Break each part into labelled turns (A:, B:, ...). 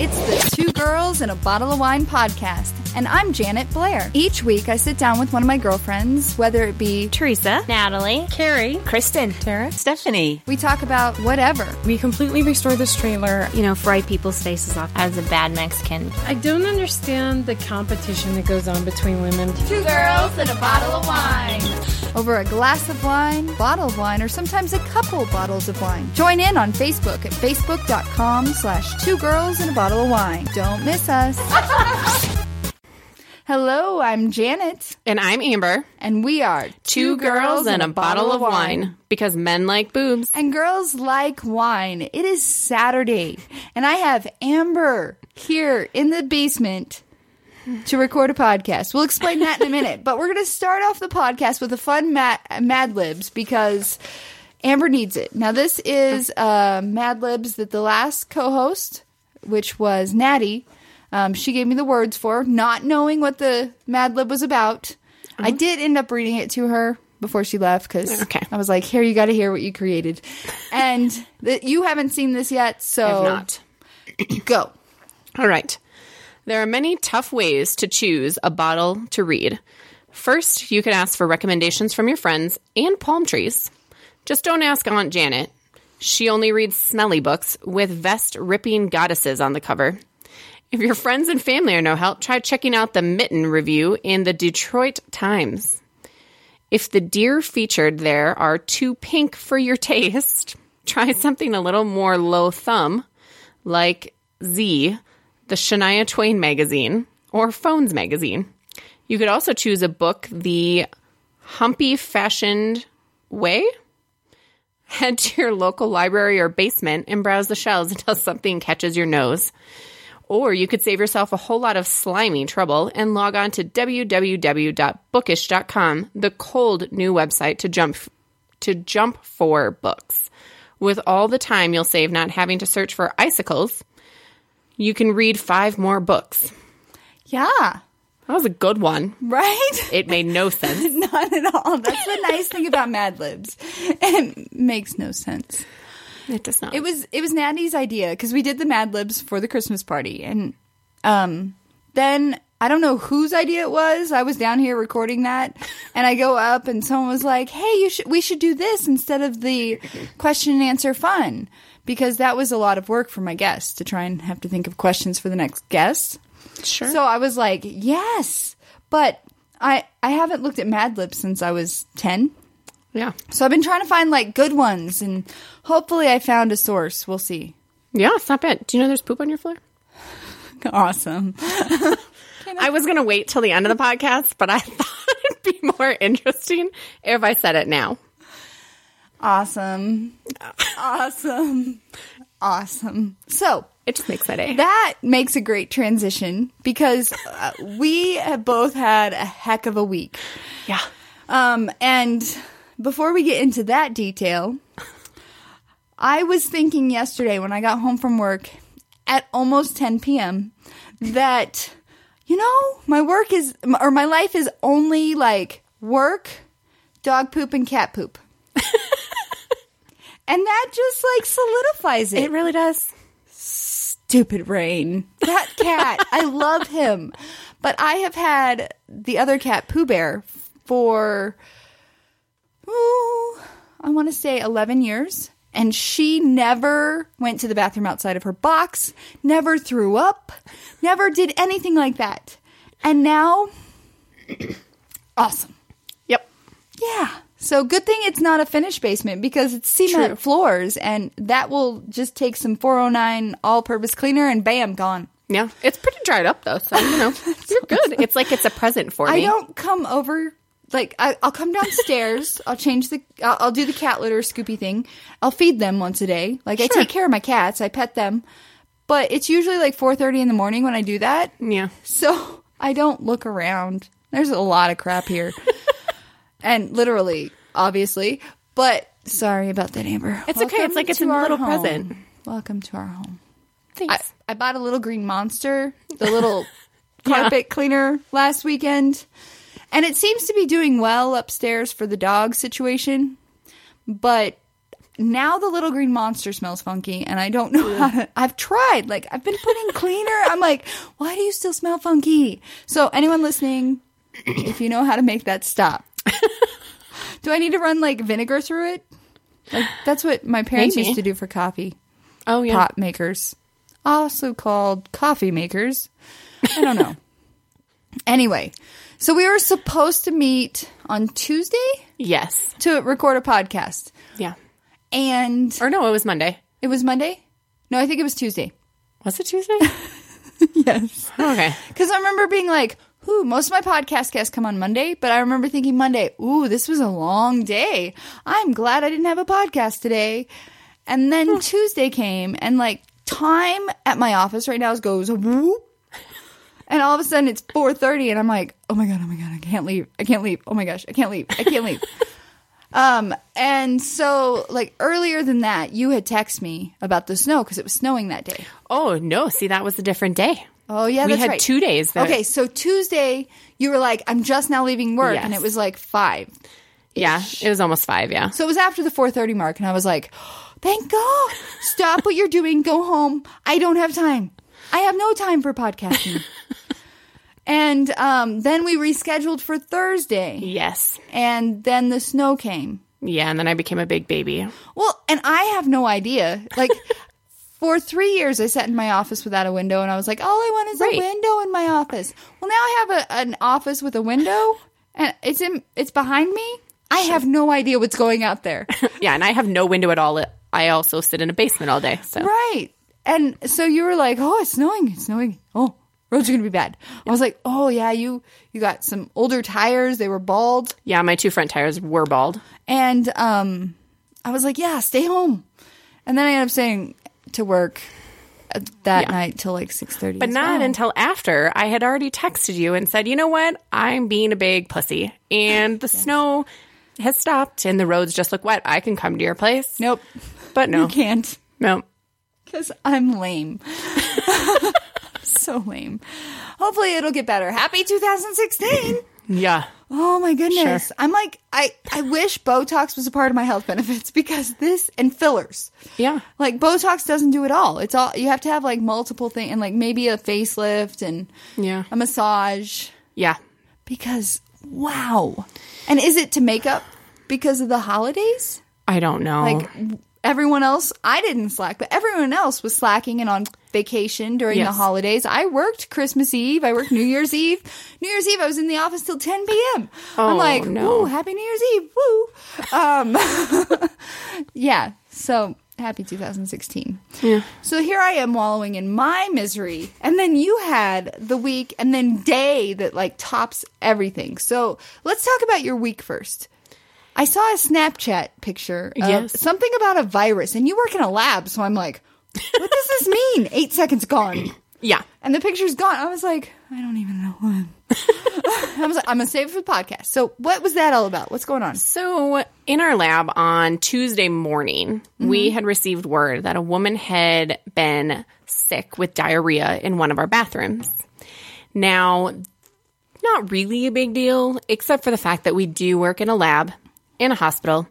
A: It's the Two Girls and a Bottle of Wine podcast, and I'm Janet Blair. Each week, I sit down with one of my girlfriends, whether it be
B: Teresa, Natalie, Carrie, Kristen, Tara, Stephanie.
A: we talk about whatever.
C: We completely restored this trailer.
B: You know, fry people's faces off as a bad Mexican.
C: I don't understand the competition that goes on between women.
A: Two girls and a bottle of wine. Over a glass of wine, bottle of wine, or sometimes a couple bottles of wine. Join in on Facebook at facebook.com slash two girls and a bottle of wine. Don't miss us. Hello, I'm Janet,
D: And I'm Amber.
A: and we are
D: Two girls and a bottle of wine. Because men like boobs.
A: And girls like wine. It is Saturday, and I have Amber here in the basement to record a podcast. We'll explain that in a minute, but we're going to start off the podcast with a fun ma- Mad Libs because Amber needs it. Now, this is uh, Mad Libs that the last co host, which was Natty, um, she gave me the words for, not knowing what the Mad Lib was about. I did end up reading it to her before she left because
D: Uh-huh. Okay.
A: I was like, here, you got to hear what you created. And th- you haven't seen this yet, so
D: If not.
A: go.
D: All right. There are many tough ways to choose a bottle to read. First, you could ask for recommendations from your friends and palm trees. Just don't ask Aunt Janet. She only reads smelly books with vest ripping goddesses on the cover. If your friends and family are no help, try checking out the Mitten Review in the Detroit Times. If the deer featured there are too pink for your taste, try something a little more low thumb, like Z, the Shania Twain magazine, or Phones magazine. You could also choose a book the humpy fashioned way. Head to your local library or basement and browse the shelves until something catches your nose. Or you could save yourself a whole lot of slimy trouble and log on to www.bookish.com, the cold new website to jump to jump for books. With all the time you'll save not having to search for icicles, you can read five more books.
A: Yeah,
D: That was a good one.
A: right?
D: It made no sense.
A: Not at all. That's the nice thing about Mad Libs. It makes no sense.
D: It does not.
A: It was it was Natty's idea because we did the Mad Libs for the Christmas party, and um, then I don't know whose idea it was. I was down here recording that, and I go up, and someone was like, "Hey, you should we should do this instead of the question and answer fun because that was a lot of work for my guests to try and have to think of questions for the next guest."
D: sure.
A: So I was like, "Yes," but I I haven't looked at Mad Libs since I was ten.
D: yeah.
A: So I've been trying to find like good ones, and hopefully I found a source. We'll see.
D: Yeah, it's not bad. Do you know there's poop on your floor?
A: Awesome.
D: I was going to wait till the end of the podcast, but I thought it'd be more interesting if I said it now.
A: Awesome. Awesome. Awesome. So
D: It just makes my day.
A: that makes a great transition because uh, we have both had a heck of a week.
D: yeah.
A: Um, and before we get into that detail, I was thinking yesterday when I got home from work at almost 10 p.m. that, you know, my work is, or my life is only like work, dog poop, and cat poop. and that just like solidifies it.
D: It really does.
A: Stupid rain. That cat, I love him. But I have had the other cat, Pooh Bear, for, ooh, I want to say 11 years. And she never went to the bathroom outside of her box, never threw up, never did anything like that. And now, awesome.
D: Yep.
A: Yeah. So good thing it's not a finished basement because it's cement
D: True.
A: floors and that will just take some 409 all purpose cleaner and bam, gone.
D: Yeah. It's pretty dried up though, so you know, you're good. It's like it's a present for
A: I
D: me.
A: don't come over like I, I'll come downstairs. I'll change the. I'll, I'll do the cat litter scoopy thing. I'll feed them once a day. Like I take care of my cats. I pet them, but it's usually like four thirty in the morning when I do that.
D: Yeah.
A: So I don't look around. There's a lot of crap here, and literally, obviously. But sorry about that, Amber.
D: It's okay. It's like it's
A: to
D: a
A: our
D: little
A: home.
D: present.
A: Welcome to our home. I,
D: Thanks.
A: I bought a little green monster, the little carpet cleaner last weekend. And it seems to be doing well upstairs for the dog situation. But now the little green monster smells funky, and I don't know how to. I've tried. Like, I've been putting cleaner. I'm like, why do you still smell funky? So, anyone listening, if you know how to make that stop, do I need to run like vinegar through it? Like, that's what my parents
D: Maybe.
A: used to do for coffee
D: Oh yeah.
A: pot makers, also called coffee makers. I don't know. anyway, so we were supposed to meet on Tuesday
D: Yes.
A: to record a podcast.
D: Yeah.
A: And
D: Or no, it was Monday.
A: it was Monday? No, I think it was Tuesday.
D: Was it Tuesday? Oh,
A: Yes.
D: okay.
A: Because I remember being like, ooh, most of my podcast guests come on Monday, but I remember thinking Monday, ooh, this was a long day. I'm glad I didn't have a podcast today. And then Tuesday came, and like time at my office right now goes whoop. And all of a sudden it's 4:30 and I'm like, "Oh my god, oh my god, I can't leave. I can't leave. Oh my gosh, I can't leave. I can't leave." um and so like earlier than that, you had texted me about the snow cuz it was snowing that day.
D: Oh no. See, that was a different day.
A: Oh yeah,
D: We
A: that's
D: had
A: right.
D: two days that-
A: okay, so Tuesday you were like, "I'm just now leaving work," and
D: Yes.
A: it was like five.
D: Yeah. It was almost five. Yeah.
A: So it was after the 4:30 mark, and I was like, "Thank God! Stop what you're doing. Go home. I don't have time. I have no time for podcasting." and um, then we rescheduled for Thursday,
D: Yes.
A: and then the snow came.
D: Yeah. And then I became a big baby.
A: Well, and I have no idea. Like for three years, I sat in my office without a window, and I was like, all I want is
D: Right.
A: a window in my office. Well, now I have a, an office with a window, and it's in it's behind me. I have no idea what's going out there.
D: Yeah. And I have no window at all. I also sit in a basement all day. So
A: right. And so you were like, oh, it's snowing, it's snowing. Oh, roads are gonna be bad. I was like, oh yeah, you you got some older tires. They were bald.
D: yeah, my two front tires were bald.
A: And um, I was like, yeah, stay home. And then I ended up staying to work uh, that
D: Yeah.
A: night till like 6.30.
D: But not until after I had already texted you and said, you know what? I'm being a big pussy. And the snow has stopped and the roads just look wet. I can come to your place.
A: Nope.
D: But no.
A: You can't
D: No.
A: because I'm lame. so lame. Hopefully it'll get better. Happy 2016.
D: Yeah.
A: Oh my goodness. I'm like, I, I wish Botox was a part of my health benefits because this and fillers.
D: Yeah.
A: Like Botox doesn't do it all. It's all, you have to have like multiple things and like maybe a facelift and
D: Yeah.
A: a massage.
D: Yeah.
A: Because wow. And is it to make up because of the holidays?
D: I don't know.
A: Like everyone else, I didn't slack, but everyone else was slacking and on vacation during the
D: Yes.
A: holidays. I worked Christmas Eve, I worked New Year's Eve. New Year's Eve I was in the office till 10 p.m.
D: Oh,
A: I'm like,
D: no.
A: "Ooh, happy New Year's Eve." Woo. Um Yeah. So, happy 2016.
D: yeah.
A: So here I am wallowing in my misery. And then you had the week and then day that like tops everything. So let's talk about your week first. I saw a Snapchat picture of
D: Yes.
A: something about a virus, and you work in a lab. So I'm like, what does this mean? Eight seconds gone.
D: Yeah.
A: And the picture's gone. I was like, I don't even know what. I was like, I'm going to save it for the podcast. So what was that all about? What's going on?
D: So, in our lab on Tuesday morning,
A: Mm-hmm.
D: we had received word that a woman had been sick with diarrhea in one of our bathrooms. Now, not really a big deal, except for the fact that we do work in a lab, in a hospital,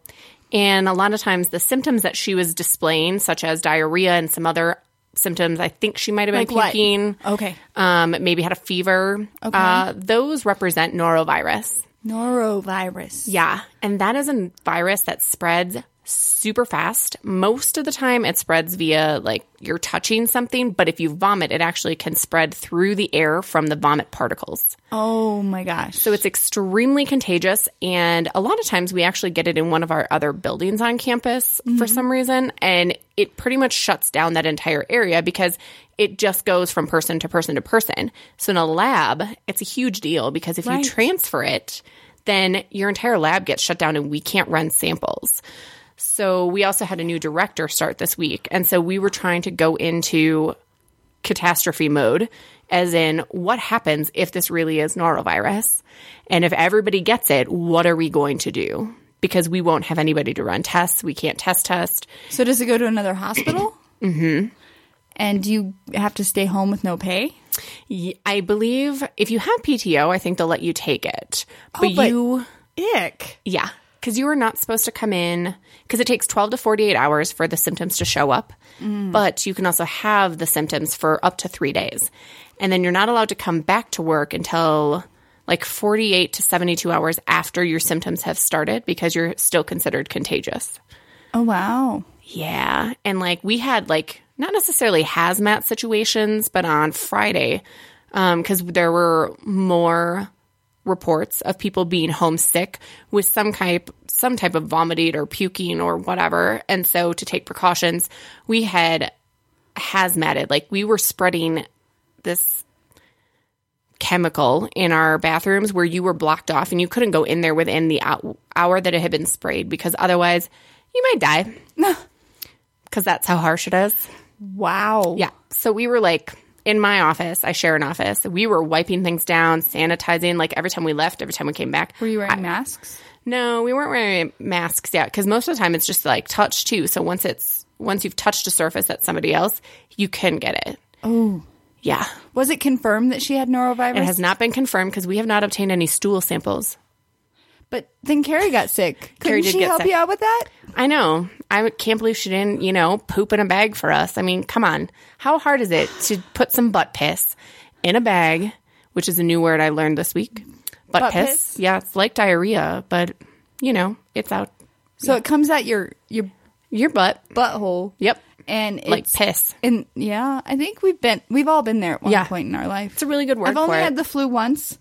D: and a lot of times the symptoms that she was displaying, such as diarrhea and some other symptoms, I think she might have been
A: Like what?
D: puking.
A: Okay.
D: Um, maybe had a fever. Okay. Uh, those represent norovirus.
A: Norovirus.
D: Yeah. And that is a virus that spreads super fast. Most of the time, it spreads via like you're touching something, but if you vomit, it actually can spread through the air from the vomit particles.
A: Oh my gosh.
D: So it's extremely contagious. And a lot of times we actually get it in one of our other buildings on campus for some reason. And it pretty much shuts down that entire area because it just goes from person to person to person. So in a lab, it's a huge deal because if you transfer it, then your entire lab gets shut down and we can't run samples. So we also had a new director start this week. And so we were trying to go into catastrophe mode, as in what happens if this really is norovirus? And if everybody gets it, what are we going to do? Because we won't have anybody to run tests. We can't test test.
A: So does it go to another hospital? mm-hmm. And do you have to stay home with no pay?
D: Y- I believe if you have PTO, I think they'll let you take it. But,
A: but-
D: you,
A: Ick.
D: yeah. because you were not supposed to come in because it takes 12 to 48 hours for the symptoms to show up. But you can also have the symptoms for up to three days. And then you're not allowed to come back to work until like 48 to 72 hours after your symptoms have started because you're still considered contagious.
A: Oh wow.
D: Yeah. And like we had like not necessarily hazmat situations, but on Friday, because there were more reports of people being homesick with some type some type of vomiting or puking or whatever. And so to take precautions, we had hazmated. Like we were spreading this chemical in our bathrooms where you were blocked off and you couldn't go in there within the ou- hour that it had been sprayed because otherwise you might die because that's how harsh it is.
A: Wow.
D: Yeah. So we were like in my office, I share an office. We were wiping things down, sanitizing, like every time we left, every time we came back.
A: Were you wearing masks?
D: No, we weren't wearing masks yet because most of the time it's just like touch too. So once it's once you've touched a surface that's somebody else, you can get it. Oh. Yeah.
A: Was it confirmed that she had norovirus?
D: It has not been confirmed because we have not obtained any stool samples.
A: but then Carrie got sick. Couldn't
D: Carrie did
A: she
D: get
A: help
D: sick.
A: you out with that?
D: I know. I can't believe she didn't, you know, poop in a bag for us. I mean, come on. How hard is it to put some butt piss in a bag, which is a new word I learned this week? Butt,
A: Butt
D: piss.
A: piss?
D: Yeah, it's like diarrhea, but you know, it's out
A: So it comes out your your
D: your butt.
A: butthole.
D: Yep.
A: And it's,
D: Like piss.
A: And yeah, I think we've been we've all been there at one
D: Yeah.
A: point in our life.
D: It's a really good word
A: I've only
D: for it.
A: had the flu once,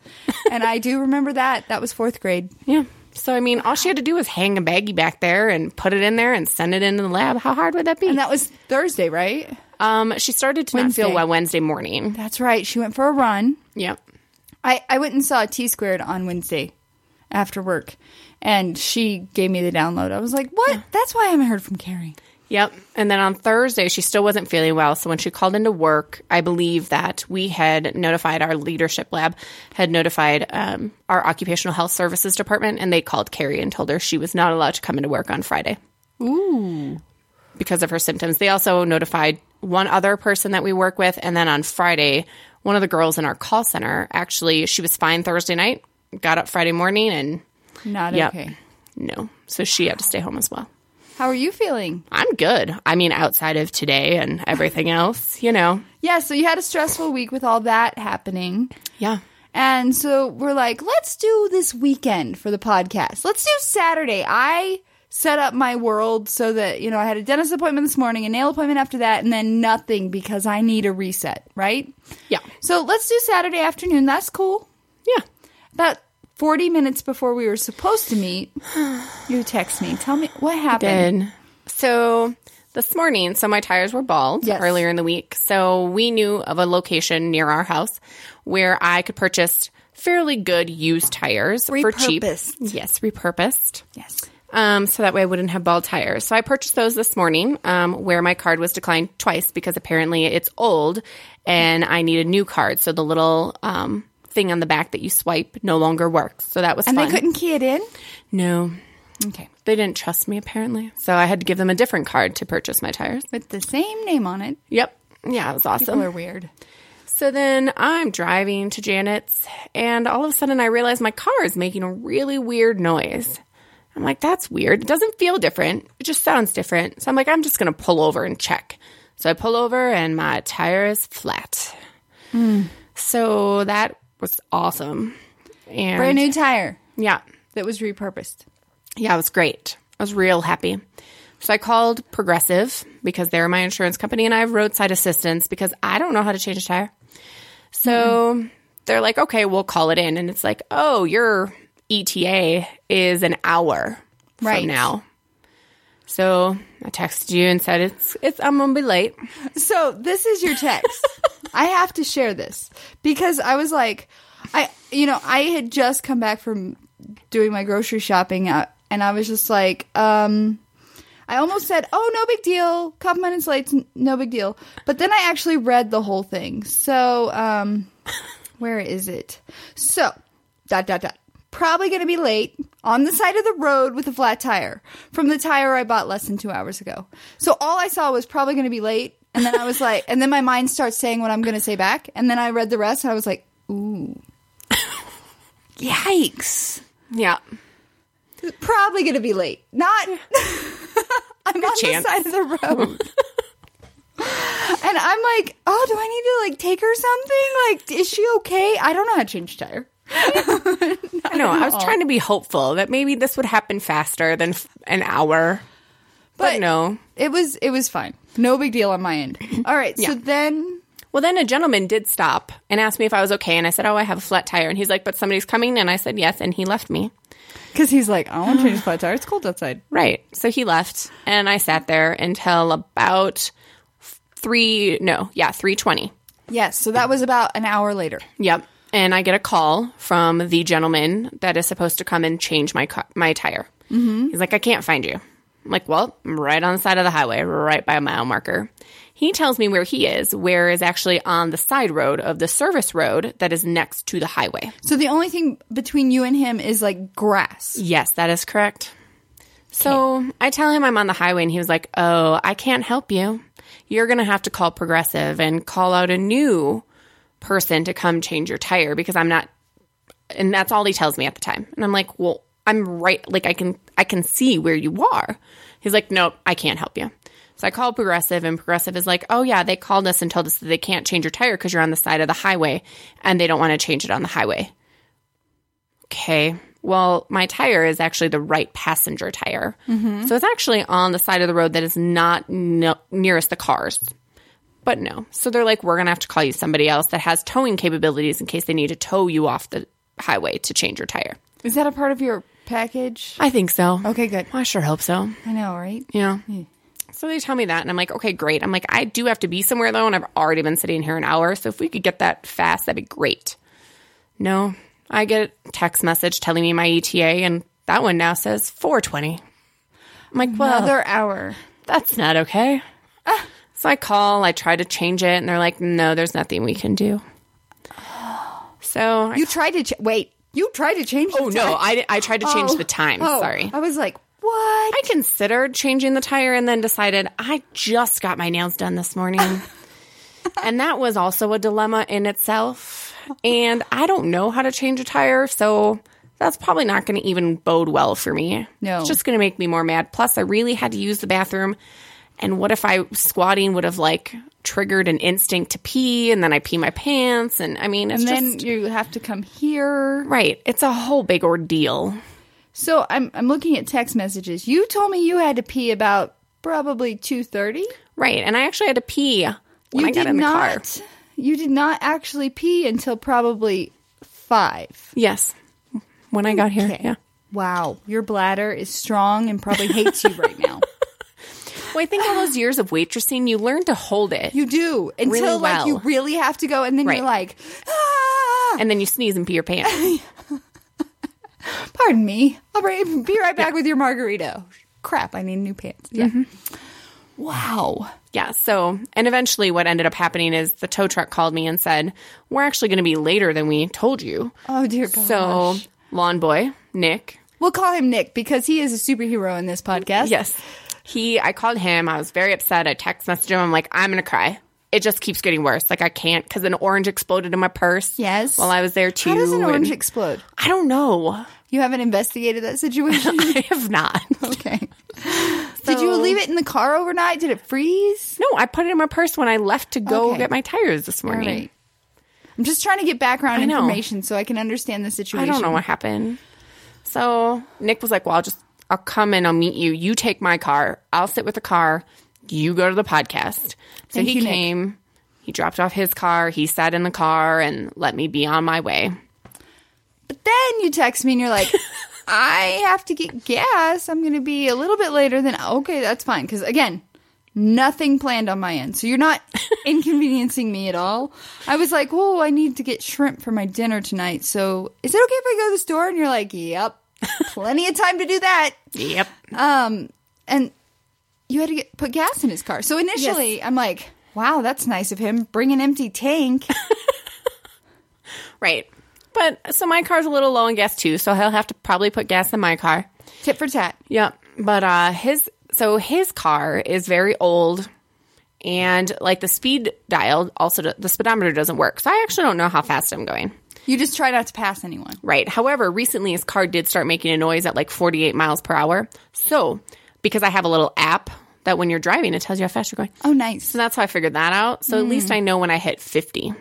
A: and I do remember that. That was fourth grade.
D: yeah. So I mean, all she had to do was hang a baggie back there and put it in there and send it into the lab. How hard would that be?
A: And that was Thursday, right?
D: um, she started to not
A: Wednesday.
D: feel well Wednesday morning.
A: That's right. She went for a run.
D: Yep.
A: I, I went and saw T Squared on Wednesday after work, and she gave me the download. I was like, what? That's why I haven't heard from Carrie.
D: Yep. And then on Thursday, she still wasn't feeling well. So when she called into work, I believe that we had notified our leadership lab, had notified um, our occupational health services department, and they called Carrie and told her she was not allowed to come into work on Friday. Ooh. Because of her symptoms. They also notified one other person that we work with. And then on Friday, one of the girls in our call center actually, she was fine Thursday night, got up Friday morning, and
A: Not
D: Yep.
A: okay.
D: no. So she had to stay home as well.
A: How are you feeling?
D: I'm good. I mean, outside of today and everything else, you know.
A: Yeah, so you had a stressful week with all that happening.
D: Yeah.
A: And so we're like, let's do this weekend for the podcast. Let's do Saturday. I set up my world so that, you know, I had a dentist appointment this morning, a nail appointment after that, and then nothing because I need a reset, right?
D: Yeah.
A: So let's do Saturday afternoon. That's cool.
D: Yeah.
A: About 40 minutes before we were supposed to meet, you text me. Tell me what happened.
D: Good. So this morning, so my tires were bald
A: Yes.
D: earlier in the week. So we knew of a location near our house where I could purchase fairly good used tires for cheap.
A: Repurposed.
D: Yes, repurposed.
A: Yes.
D: Um, so that way I wouldn't have bald tires. So I purchased those this morning, um, where my card was declined twice because apparently it's old and I need a new card. So the little um, thing on the back that you swipe no longer works. So that was
A: And
D: fun.
A: they couldn't key it in?
D: no,
A: Okay.
D: they didn't trust me apparently. So I had to give them a different card to purchase my tires.
A: With the same name on it.
D: Yep. Yeah, it was awesome.
A: People are weird.
D: So then I'm driving to Janet's, and all of a sudden I realize my car is making a really weird noise. I'm like, that's weird. It doesn't feel different. It just sounds different. So I'm like, I'm just going to pull over and check. So I pull over, and my tire is flat.
A: Hmm.
D: So that was awesome. And
A: Brand new tire
D: Yeah.
A: that was repurposed.
D: Yeah, it was great. I was real happy. So I called Progressive because they're my insurance company and I have roadside assistance because I don't know how to change a tire. So they're like, okay, we'll call it in. And it's like, oh, your ETA is an hour
A: Right.
D: from now. So I texted you and said, it's, it's, I'm going to be late.
A: So this is your text. I have to share this because I was like, I you know I had just come back from doing my grocery shopping out, and I was just like, um, I almost said, oh no big deal, couple minutes late, n- no big deal. But then I actually read the whole thing. So um, where is it? So dot dot dot. Probably going to be late on the side of the road with a flat tire from the tire I bought less than two hours ago. So all I saw was probably going to be late. And then I was like, and then my mind starts saying what I'm going to say back. And then I read the rest and I was like, ooh. Yikes.
D: Yeah.
A: Probably going to be late. Not. I'm on
D: chance.
A: the side of the road. and I'm like, oh, do I need to like take her something? Like, is she okay? I don't know how to change a tire.
D: I know. I was trying to be hopeful that maybe this would happen faster than f- an hour. But, no.
A: It was it was fine. No big deal on my end. All right. So then
D: Well, then a gentleman did stop and asked me if I was okay. And I said, Oh, I have a flat tire. And he's like, But somebody's coming. And I said, Yes. And he left me.
A: cuz he's like, I want to change flat tire. It's cold outside.
D: Right. So he left. And I sat there until about f- three, no, yeah, 320.
A: Yes. So that was about an hour later.
D: Yep. And I get a call from the gentleman that is supposed to come and change my ca- my tire. Mm-hmm. He's like, I can't find you. I'm like, well, I'm right on the side of the highway, right by a mile marker. He tells me where he is, where is actually on the side road of the service road that is next to the highway.
A: So the only thing between you and him is like grass.
D: Yes, that is correct. So I tell him I'm on the highway, and he was like, Oh, I can't help you. You're going to have to call Progressive and call out a new person to come change your tire because I'm not. And that's all he tells me at the time. And I'm like, Well, I'm right. Like, I can, I can see where you are. He's like, Nope, I can't help you. So I call Progressive, and Progressive is like, Oh, yeah, they called us and told us that they can't change your tire because you're on the side of the highway and they don't want to change it on the highway. Okay. Well, my tire is actually the right passenger tire. So it's actually on the side of the road that is not no- nearest the cars. But no. So they're like, we're going to have to call you somebody else that has towing capabilities in case they need to tow you off the highway to change your tire.
A: Is that a part of your package?
D: I think so.
A: Okay, good.
D: I sure hope so.
A: I know, right?
D: Yeah. So they tell me that, and I'm like, okay, great. I'm like, I do have to be somewhere though, and I've already been sitting here an hour. So if we could get that fast, that'd be great. No, I get a text message telling me my ETA, and that one now says 420. I'm like, well,
A: Another hour.
D: that's not okay. So I call, I try to change it, and they're like, no, there's nothing we can do. So, I,
A: You tried to ch- wait. You tried to change Oh.
D: oh no, I, I tried to change the time. Sorry.
A: I was like, "What?"
D: I considered changing the tire and then decided I just got my nails done this morning. and that was also a dilemma in itself. And I don't know how to change a tire, so that's probably not going to even bode well for me.
A: No.
D: It's just going to make me more mad. Plus, I really had to use the bathroom. And what if I squatting would have like triggered an instinct to pee and then I pee my pants? And I mean, it's
A: and
D: just
A: then you have to come here.
D: right. It's a whole big ordeal.
A: So I'm I'm looking at text messages. You told me you had to pee about probably two thirty.
D: Right. And I actually had to pee
A: you
D: when I got
A: did
D: in the
A: not.
D: car.
A: You did not actually pee until probably five.
D: Yes. When I got here. Yeah.
A: Wow, your bladder is strong and probably hates you right now.
D: Well, I think all those years of waitressing, you learn to hold it.
A: You do until like you
D: well.
A: really have to go, and then
D: Right.
A: you're like, ah,
D: and then you sneeze and pee your pants.
A: pardon me. I'll be be right back with your margarita. Crap, I need new pants. Yeah.
D: Mm-hmm.
A: Wow.
D: yeah. So, and eventually what ended up happening is the tow truck called me and said, We're actually going to be later than we told you.
A: Oh dear God.
D: So, lawn boy, Nick.
A: We'll call him Nick because he is a superhero in this podcast.
D: Yes. He, I called him. I was very upset. I text messaged him. I'm like, I'm going to cry. It just keeps getting worse. Like, I can't because an orange exploded in my purse.
A: Yes.
D: While I was there too.
A: How does an
D: and-
A: orange explode?
D: I don't know.
A: You haven't investigated that situation?
D: I have not.
A: okay. Did you leave it in the car overnight? Did it freeze?
D: No, I put it in my purse when I left to go
A: Okay.
D: get my tires this
A: All
D: morning.
A: right. I'm just trying to get background
D: I know.
A: information so I can understand the
D: I
A: situation.
D: don't know what happened. So Nick was like, "Well, I'll just I'll come and I'll meet you. You take my car. I'll sit with the car. You go to the podcast." So
A: Thank
D: he
A: you, Nick.
D: came. He dropped off his car. He sat in the car and let me be on my way.
A: But then you text me and you're like, I have to get gas. I'm going to be a little bit later than, okay, that's fine. Because again, nothing planned on my end. So you're not inconveniencing me at all. I was like, whoa, I need to get shrimp for my dinner tonight. So is it okay if I go to the store? And you're like, yep, plenty of time to do that.
D: Yep.
A: And you had to get, put gas in his car. So initially, I'm like, wow, that's nice of him. Bring an empty tank.
D: Right. But so my car's a little low on gas too, so he'll have to probably put gas in my car.
A: Tip for tat.
D: Yep. But uh his so his car is very old and like the speed dial also do- the speedometer doesn't work. So I actually don't know how fast I'm going.
A: You just try not to pass anyone.
D: Right. However, recently his car did start making a noise at like 48 miles per hour. So, because I have a little app that when you're driving, it tells you how fast you're going.
A: Oh, nice.
D: So that's how I figured that out. So at least I know when I hit 50.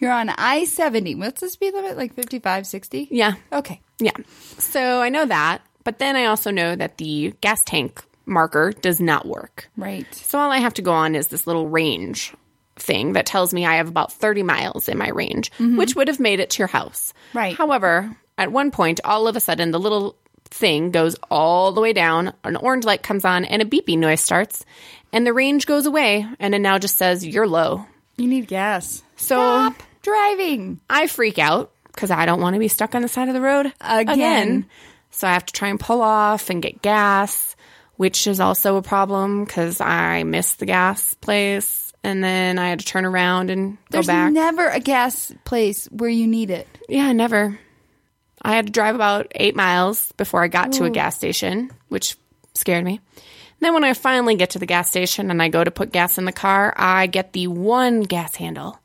A: You're on I 70. What's the speed limit? Like 55, 60?
D: Yeah.
A: Okay.
D: Yeah. So I know that. But then I also know that the gas tank marker does not work.
A: Right.
D: So all I have to go on is this little range thing that tells me I have about 30 miles in my range, which would have made it to your house.
A: Mm-hmm. Right.
D: However, at one point, all of a sudden, the little thing goes all the way down, an orange light comes on, and a beeping noise starts, and the range goes away, and it now just says, You're low.
A: You need gas.
D: So
A: Stop driving.
D: I freak out because I don't want to be stuck on the side of the road
A: Again.
D: So I have to try and pull off and get gas, which is also a problem because I missed the gas place. And then I had to turn around and
A: There's
D: go back.
A: never a gas place where you need it.
D: yeah, never. I had to drive about eight miles before I got to a gas station, which scared me. And then when I finally get to the gas station and I go to put gas in the car, I get the one gas handle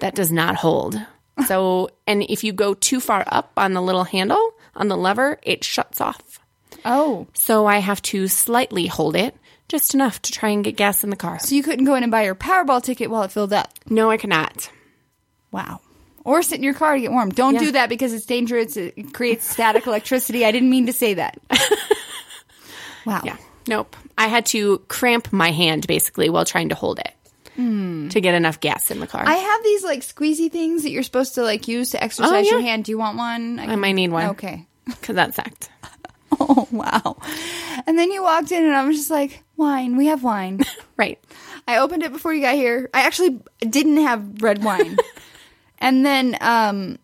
D: that does not hold. So, and if you go too far up on the little handle, on the lever, it shuts off.
A: Oh.
D: So I have to slightly hold it, just enough to try and get gas in the car.
A: So you couldn't go in and buy your Powerball ticket while it filled up.
D: No, I cannot.
A: Wow. Or sit in your car to get warm. Don't
D: Yeah.
A: do that because it's dangerous. It creates static electricity. I didn't mean to say that. wow.
D: Yeah. Nope. I had to cramp my hand basically while trying to hold it to get enough gas in the car.
A: I
D: I,
A: have these like squeezy things that you're supposed to like use to exercise
D: Oh, yeah.
A: your hand. Do you want one? I, can-
D: might need one.
A: Okay.
D: Because that sucked.
A: Oh wow. And then you walked in and I was just like, wine, we have wine.
D: Right.
A: I opened it before you got here. I actually didn't have red wine. and then um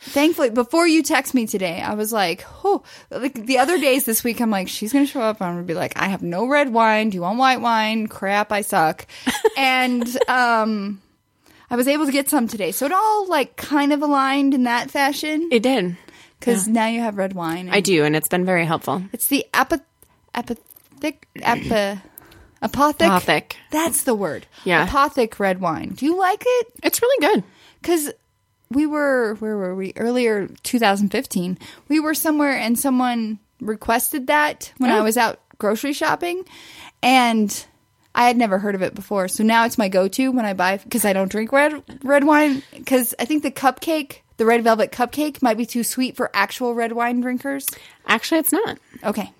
A: thankfully before you text me today, I was like, "Oh, like the other days this week I'm like, she's going to show up and I'm going to be like, I have no red wine. Do you want white wine? Crap, I suck." and um I was able to get some today. So it all like kind of aligned in that fashion
D: It did.
A: cuz now you have red wine. and
D: I do. And it's been very helpful.
A: it's the apath apathic apa apothic.
D: Apothic.
A: That's the word.
D: Yeah.
A: Apothic red wine. Do you like it?
D: It's really good.
A: Because we were where were we earlier 2015? We were somewhere and someone requested that when I
D: Oh.
A: was out grocery shopping, and I had never heard of it before. So now it's my go-to when I buy because I don't drink red red wine because I think the cupcake. The red velvet cupcake might be too sweet for actual red wine drinkers.
D: Actually, it's not.
A: Okay.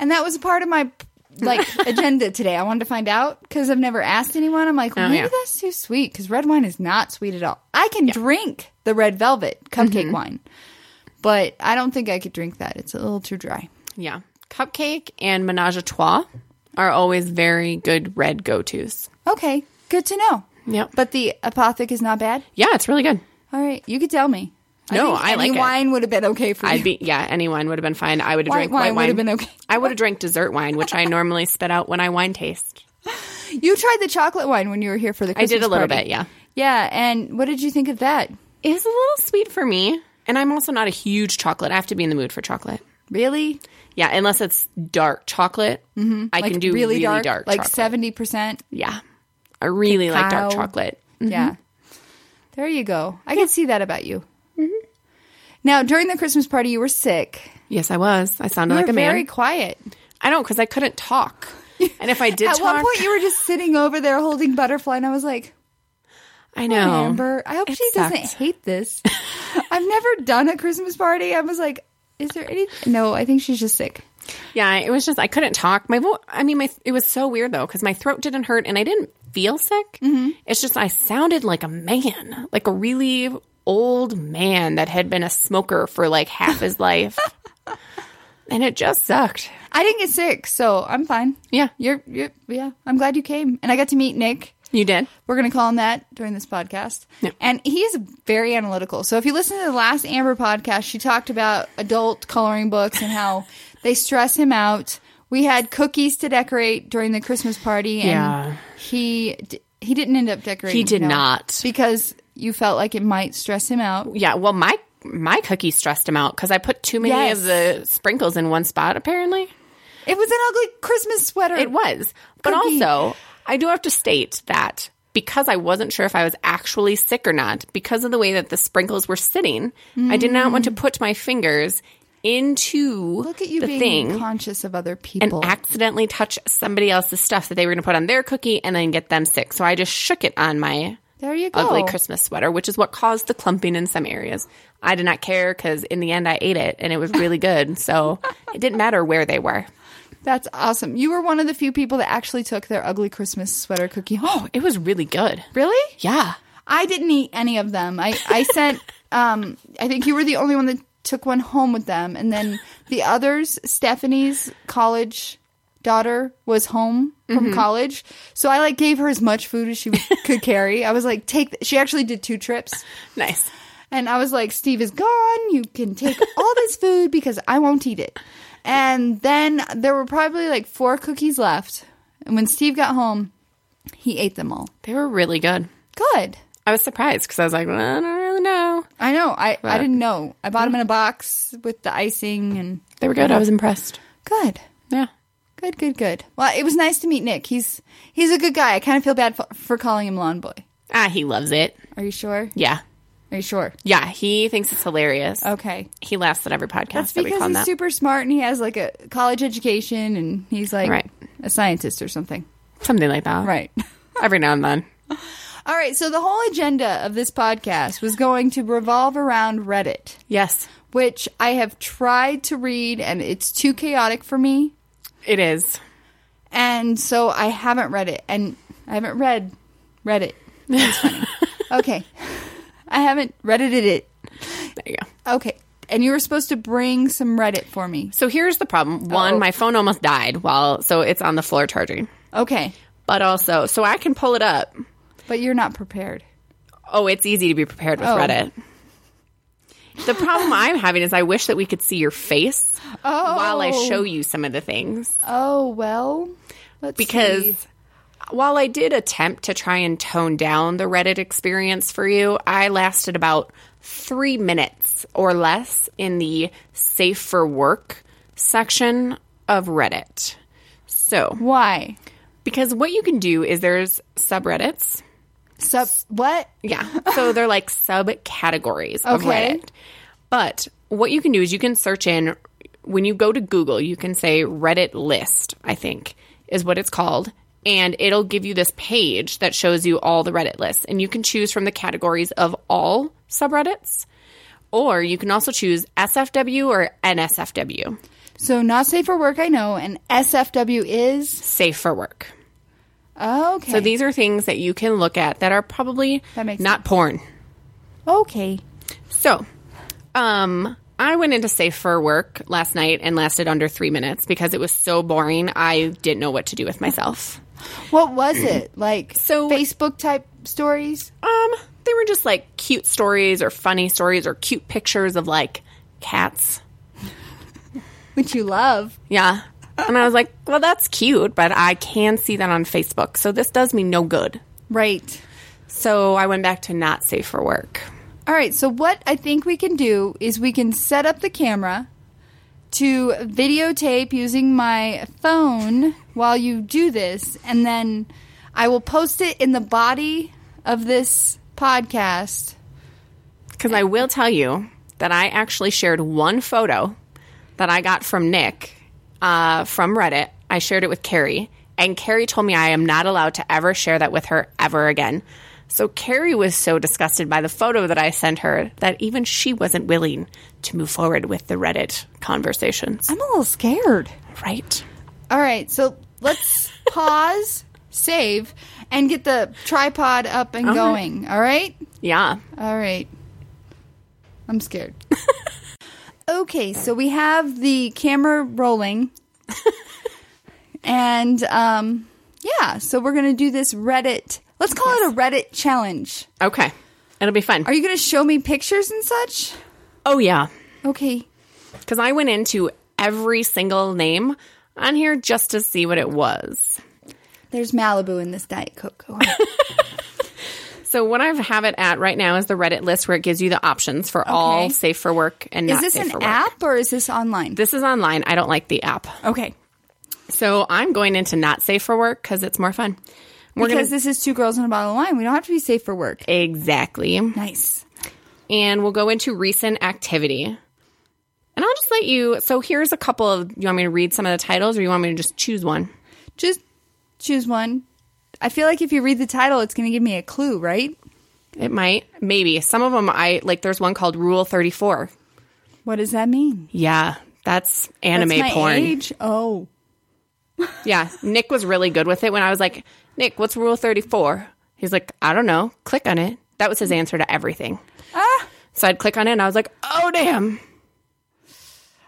A: And that was a part of my like agenda today. I wanted to find out because I've never asked anyone. I'm like, well, maybe
D: Oh, yeah.
A: that's too sweet because red wine is not sweet at all. I can drink the red velvet
D: Mm-hmm.
A: cupcake wine, but I don't think I could drink that. It's a little too dry.
D: Yeah. Cupcake and menage a trois are always very good red go tos.
A: Okay, good to know.
D: Yep.
A: But the apothic is not bad.
D: Yeah, it's really good.
A: All right, you could tell me.
D: No,
A: think
D: Oh, I
A: any
D: like it.
A: wine would have been okay for you.
D: I'd be, yeah, any wine would have been fine. I would have
A: White
D: drank
A: wine
D: white
A: would
D: wine.
A: have been okay.
D: I would have drank dessert wine, which I normally spit out when I wine taste.
A: you tried the chocolate wine when you were here for the
D: I
A: Christmas
D: did a little
A: party.
D: bit, yeah.
A: Yeah, and what did you think of that?
D: It was a little sweet for me. And I'm also not a huge chocolate. I have to be in the mood for chocolate.
A: Really?
D: Yeah, unless it's dark chocolate. Mm-hmm. I can do really, dark,
A: like
D: chocolate.
A: seventy percent.
D: Yeah. I really like dark
A: Cacao.
D: chocolate.
A: Yeah, there you go. I can see that about you. Mm-hmm. Now, during the Christmas party, you were sick.
D: Yes, I was. I sounded
A: You
D: like
A: were
D: a man.
A: very quiet.
D: I don't because I couldn't talk. And if I did
A: At
D: talk,
A: one point, you were just sitting over there holding butterfly, and I was like,
D: I know.
A: Amber, I hope
D: Oh, It
A: she doesn't
D: sucked.
A: hate this. I've never done a Christmas party. I was like, is there any? No, I think she's just sick.
D: Yeah, it was just I couldn't talk. My voice. I mean, my it was so weird though because my throat didn't hurt and I didn't feel sick. It's just I sounded like a man, like a really old man that had been a smoker for like half his life, and it just sucked.
A: I didn't get sick, so I'm fine.
D: Yeah.
A: you're, you're. Yeah, I'm glad you came, and I got to meet Nick.
D: You did.
A: We're going to call him that during this podcast.
D: Yeah.
A: And he's very analytical. So if you listen to the last Amber podcast, she talked about adult coloring books and how they stress him out. We had cookies to decorate during the Christmas party, and
D: Yeah.
A: he d- he didn't end up decorating.
D: He did
A: no.
D: not.
A: because you felt like it might stress him out.
D: Yeah. Well, my my cookie stressed him out because I put too many of the sprinkles in one spot. Apparently.
A: It was an ugly Christmas sweater.
D: It was. But
A: Cookie.
D: also, I do have to state that because I wasn't sure if I was actually sick or not, because of the way that the sprinkles were sitting, I did not want to put my fingers into
A: Look at you
D: the
A: being
D: thing
A: conscious of other
D: and
A: people.
D: accidentally touch somebody else's stuff that they were going to put on their cookie and then get them sick. So I just shook it on my
A: there you go.
D: ugly Christmas sweater, which is what caused the clumping in some areas. I did not care because in the end I ate it and it was really good. So it didn't matter where they were.
A: That's awesome. You were one of the few people that actually took their ugly Christmas sweater cookie home.
D: It was really good.
A: Really?
D: Yeah.
A: I didn't eat any of them. I, I sent, um, I think you were the only one that took one home with them. And then the others, Stephanie's college daughter was home from college. So I like gave her as much food as she could carry. I was like, take, th- she actually did two trips.
D: Nice.
A: And I was like, Steve is gone. You can take all this food because I won't eat it. And then there were probably like four cookies left. And when Steve got home, he ate them all.
D: They were really good.
A: Good.
D: I was surprised because I was like, well, I don't really know.
A: I know. I, I didn't know. I bought them in a box with the icing and
D: They were good. I was impressed.
A: good.
D: Yeah.
A: Good, good, good. Well, it was nice to meet Nick. He's he's a good guy. I kind of feel bad for, for calling him Lawn Boy.
D: Ah, he loves it.
A: Are you sure?
D: Yeah.
A: Are you sure?
D: Yeah. He thinks it's hilarious.
A: Okay.
D: He laughs at every podcast
A: That's
D: that we
A: because
D: call him
A: he's
D: that.
A: super smart and he has like a college education and he's like
D: Right.
A: a scientist or something.
D: Something like that.
A: Right.
D: Every now and then.
A: All right, so the whole agenda of this podcast was going to revolve around Reddit,
D: Yes.
A: which I have tried to read and it's too chaotic for me.
D: It is.
A: and so I haven't read it, and I haven't read read it. That's funny. okay, I haven't reddited it.
D: There you go.
A: Okay, and you were supposed to bring some Reddit for me.
D: So here's the problem. One,
A: Uh-oh.
D: my phone almost died while, so it's on the floor charging.
A: Okay,
D: But also, so I can pull it up.
A: but you're not prepared.
D: Oh, it's easy to be prepared with
A: Oh.
D: Reddit. The problem I'm having is I wish that we could see your face while I show you some of the things.
A: Oh well, let's
D: Because
A: see.
D: while I did attempt to try and tone down the Reddit experience for you, I lasted about three minutes or less in the safe for work section of Reddit. So,
A: why
D: because what you can do is there's subreddits.
A: sub what?
D: Yeah. So they're like subcategories of
A: Okay.
D: Reddit. But what you can do is you can search in when you go to Google, you can say Reddit list, I think, is what it's called. And it'll give you this page that shows you all the Reddit lists. And you can choose from the categories of all subreddits. Or you can also choose SFW or NSFW,
A: So not safe for work, I know, and SFW is
D: safe for work.
A: okay.
D: So these are things that you can look at that are probably
A: That makes
D: not porn.
A: okay.
D: So, um, I went into safe for work last night and lasted under three minutes because it was so boring. I didn't know what to do with myself.
A: What was it like?
D: So-
A: Facebook type stories.
D: Um, they were just like cute stories or funny stories or cute pictures of like cats.
A: Which you love.
D: Yeah. And I was like, well, that's cute, but I can see that on Facebook. So this does me no good.
A: Right.
D: So I went back to not safe for work.
A: All right, so what I think we can do is we can set up the camera to videotape using my phone while you do this, and then I will post it in the body of this podcast.
D: Because I will tell you that I actually shared one photo that I got from Nick uh, from Reddit. I shared it with Carrie, and Carrie told me I am not allowed to ever share that with her ever again. So Carrie was so disgusted by the photo that I sent her that even she wasn't willing to move forward with the Reddit conversations.
A: I'm a little scared.
D: Right?
A: All right, so let's pause, save, and get the tripod up and going. All right?
D: Yeah.
A: All right. I'm scared. okay, so we have the camera rolling. and um yeah, so we're going to do this Reddit. Let's call it a Reddit challenge.
D: Okay. It'll be fun.
A: Are you going to show me pictures and such?
D: oh yeah.
A: Okay.
D: Because I went into every single name on here just to see what it was.
A: There's Malibu in this Diet Coke. Okay.
D: So what I have it at right now is the Reddit list where it gives you the options for all safe for work and
A: is
D: not
A: this
D: safe
A: an
D: for work.
A: app or is this online?
D: This is online. I don't like the app.
A: okay.
D: So I'm going into not safe for work because it's more fun. We're
A: because
D: gonna
A: this is two girls and a bottle of wine. We don't have to be safe for work.
D: exactly.
A: Nice.
D: and we'll go into recent activity. And I'll just let you. So here's a couple of. You want me to read some of the titles, or you want me to just choose one?
A: Just choose one. I feel like if you read the title, it's going to give me a clue, right?
D: It might, maybe. Some of them, I like. There's one called Rule Thirty Four.
A: What does that mean?
D: Yeah, that's anime
A: That's my
D: porn.
A: age. Oh,
D: Yeah, Nick was really good with it. When I was like, Nick, what's Rule Thirty Four? He's like, I don't know. Click on it. That was his answer to everything.
A: Ah.
D: So I'd click on it, and I was like, Oh damn,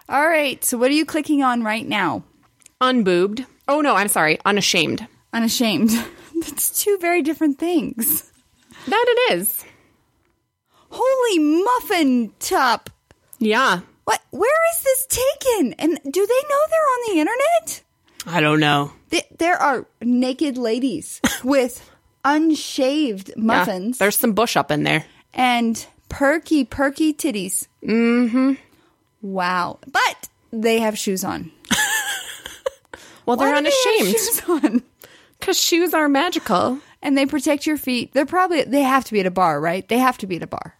A: all right. So what are you clicking on right now?
D: unboobed. Oh no, I'm sorry, unashamed.
A: Unashamed. That's two very different things.
D: That it is.
A: Holy muffin top.
D: Yeah,
A: What? Where is this taken? And do they know they're on the internet?
D: I don't know.
A: Th- there are naked ladies with unshaved
D: Yeah,
A: muffins
D: there's some bush up in there.
A: and perky, perky titties. Mm-hmm. Wow. But they have shoes on.
D: Well, they're
A: Why do they have
D: unashamed
A: shoes on?
D: because shoes are magical.
A: And they protect your feet. They're probably they have to be at a bar, right? They have to be at a bar.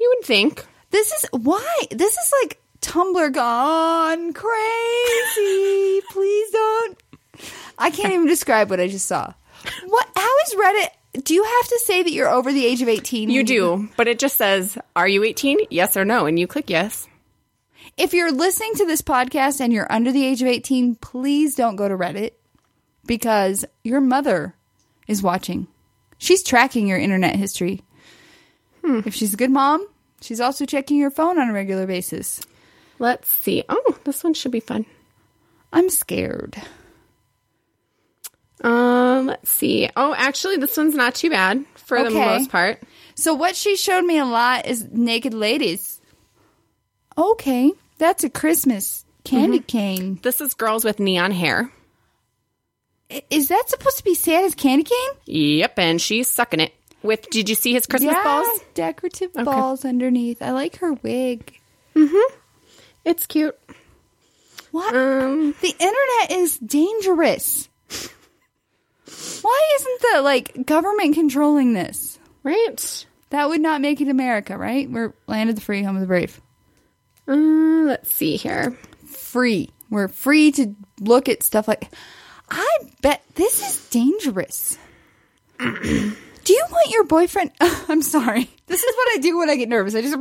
D: You would think.
A: This is why this is like Tumblr gone crazy. Please don't. I can't even describe what I just saw. What? How is Reddit? Do you have to say that you're over the age of eighteen?
D: You do, but it just says, "Are you 18? Yes or no?" And you click yes.
A: If you're listening to this podcast and you're under the age of eighteen, please don't go to Reddit because your mother is watching. She's tracking your internet history.
D: Hmm.
A: If she's a good mom, she's also checking your phone on a regular basis.
D: Let's see. Oh, this one should be fun.
A: I'm scared.
D: Um, let's see. Oh, actually, this one's not too bad for the
A: Okay.
D: most part.
A: So what she showed me a lot is naked ladies. Okay, that's a Christmas
D: Mm-hmm.
A: candy cane.
D: This is girls with neon hair.
A: I- Is that supposed to be Santa's candy cane?
D: Yep, and she's sucking it. With did you see his Christmas balls?
A: decorative balls underneath. I like her wig.
D: It's cute.
A: What?
D: Um,
A: the internet is dangerous. Why isn't the like government controlling this?
D: right.
A: That would not make it America, right? We're land of the free, home of the brave.
D: Uh, let's see here.
A: Free. We're free to look at stuff like I bet this is dangerous. do you want your boyfriend I'm sorry. This is what I do when I get nervous. I just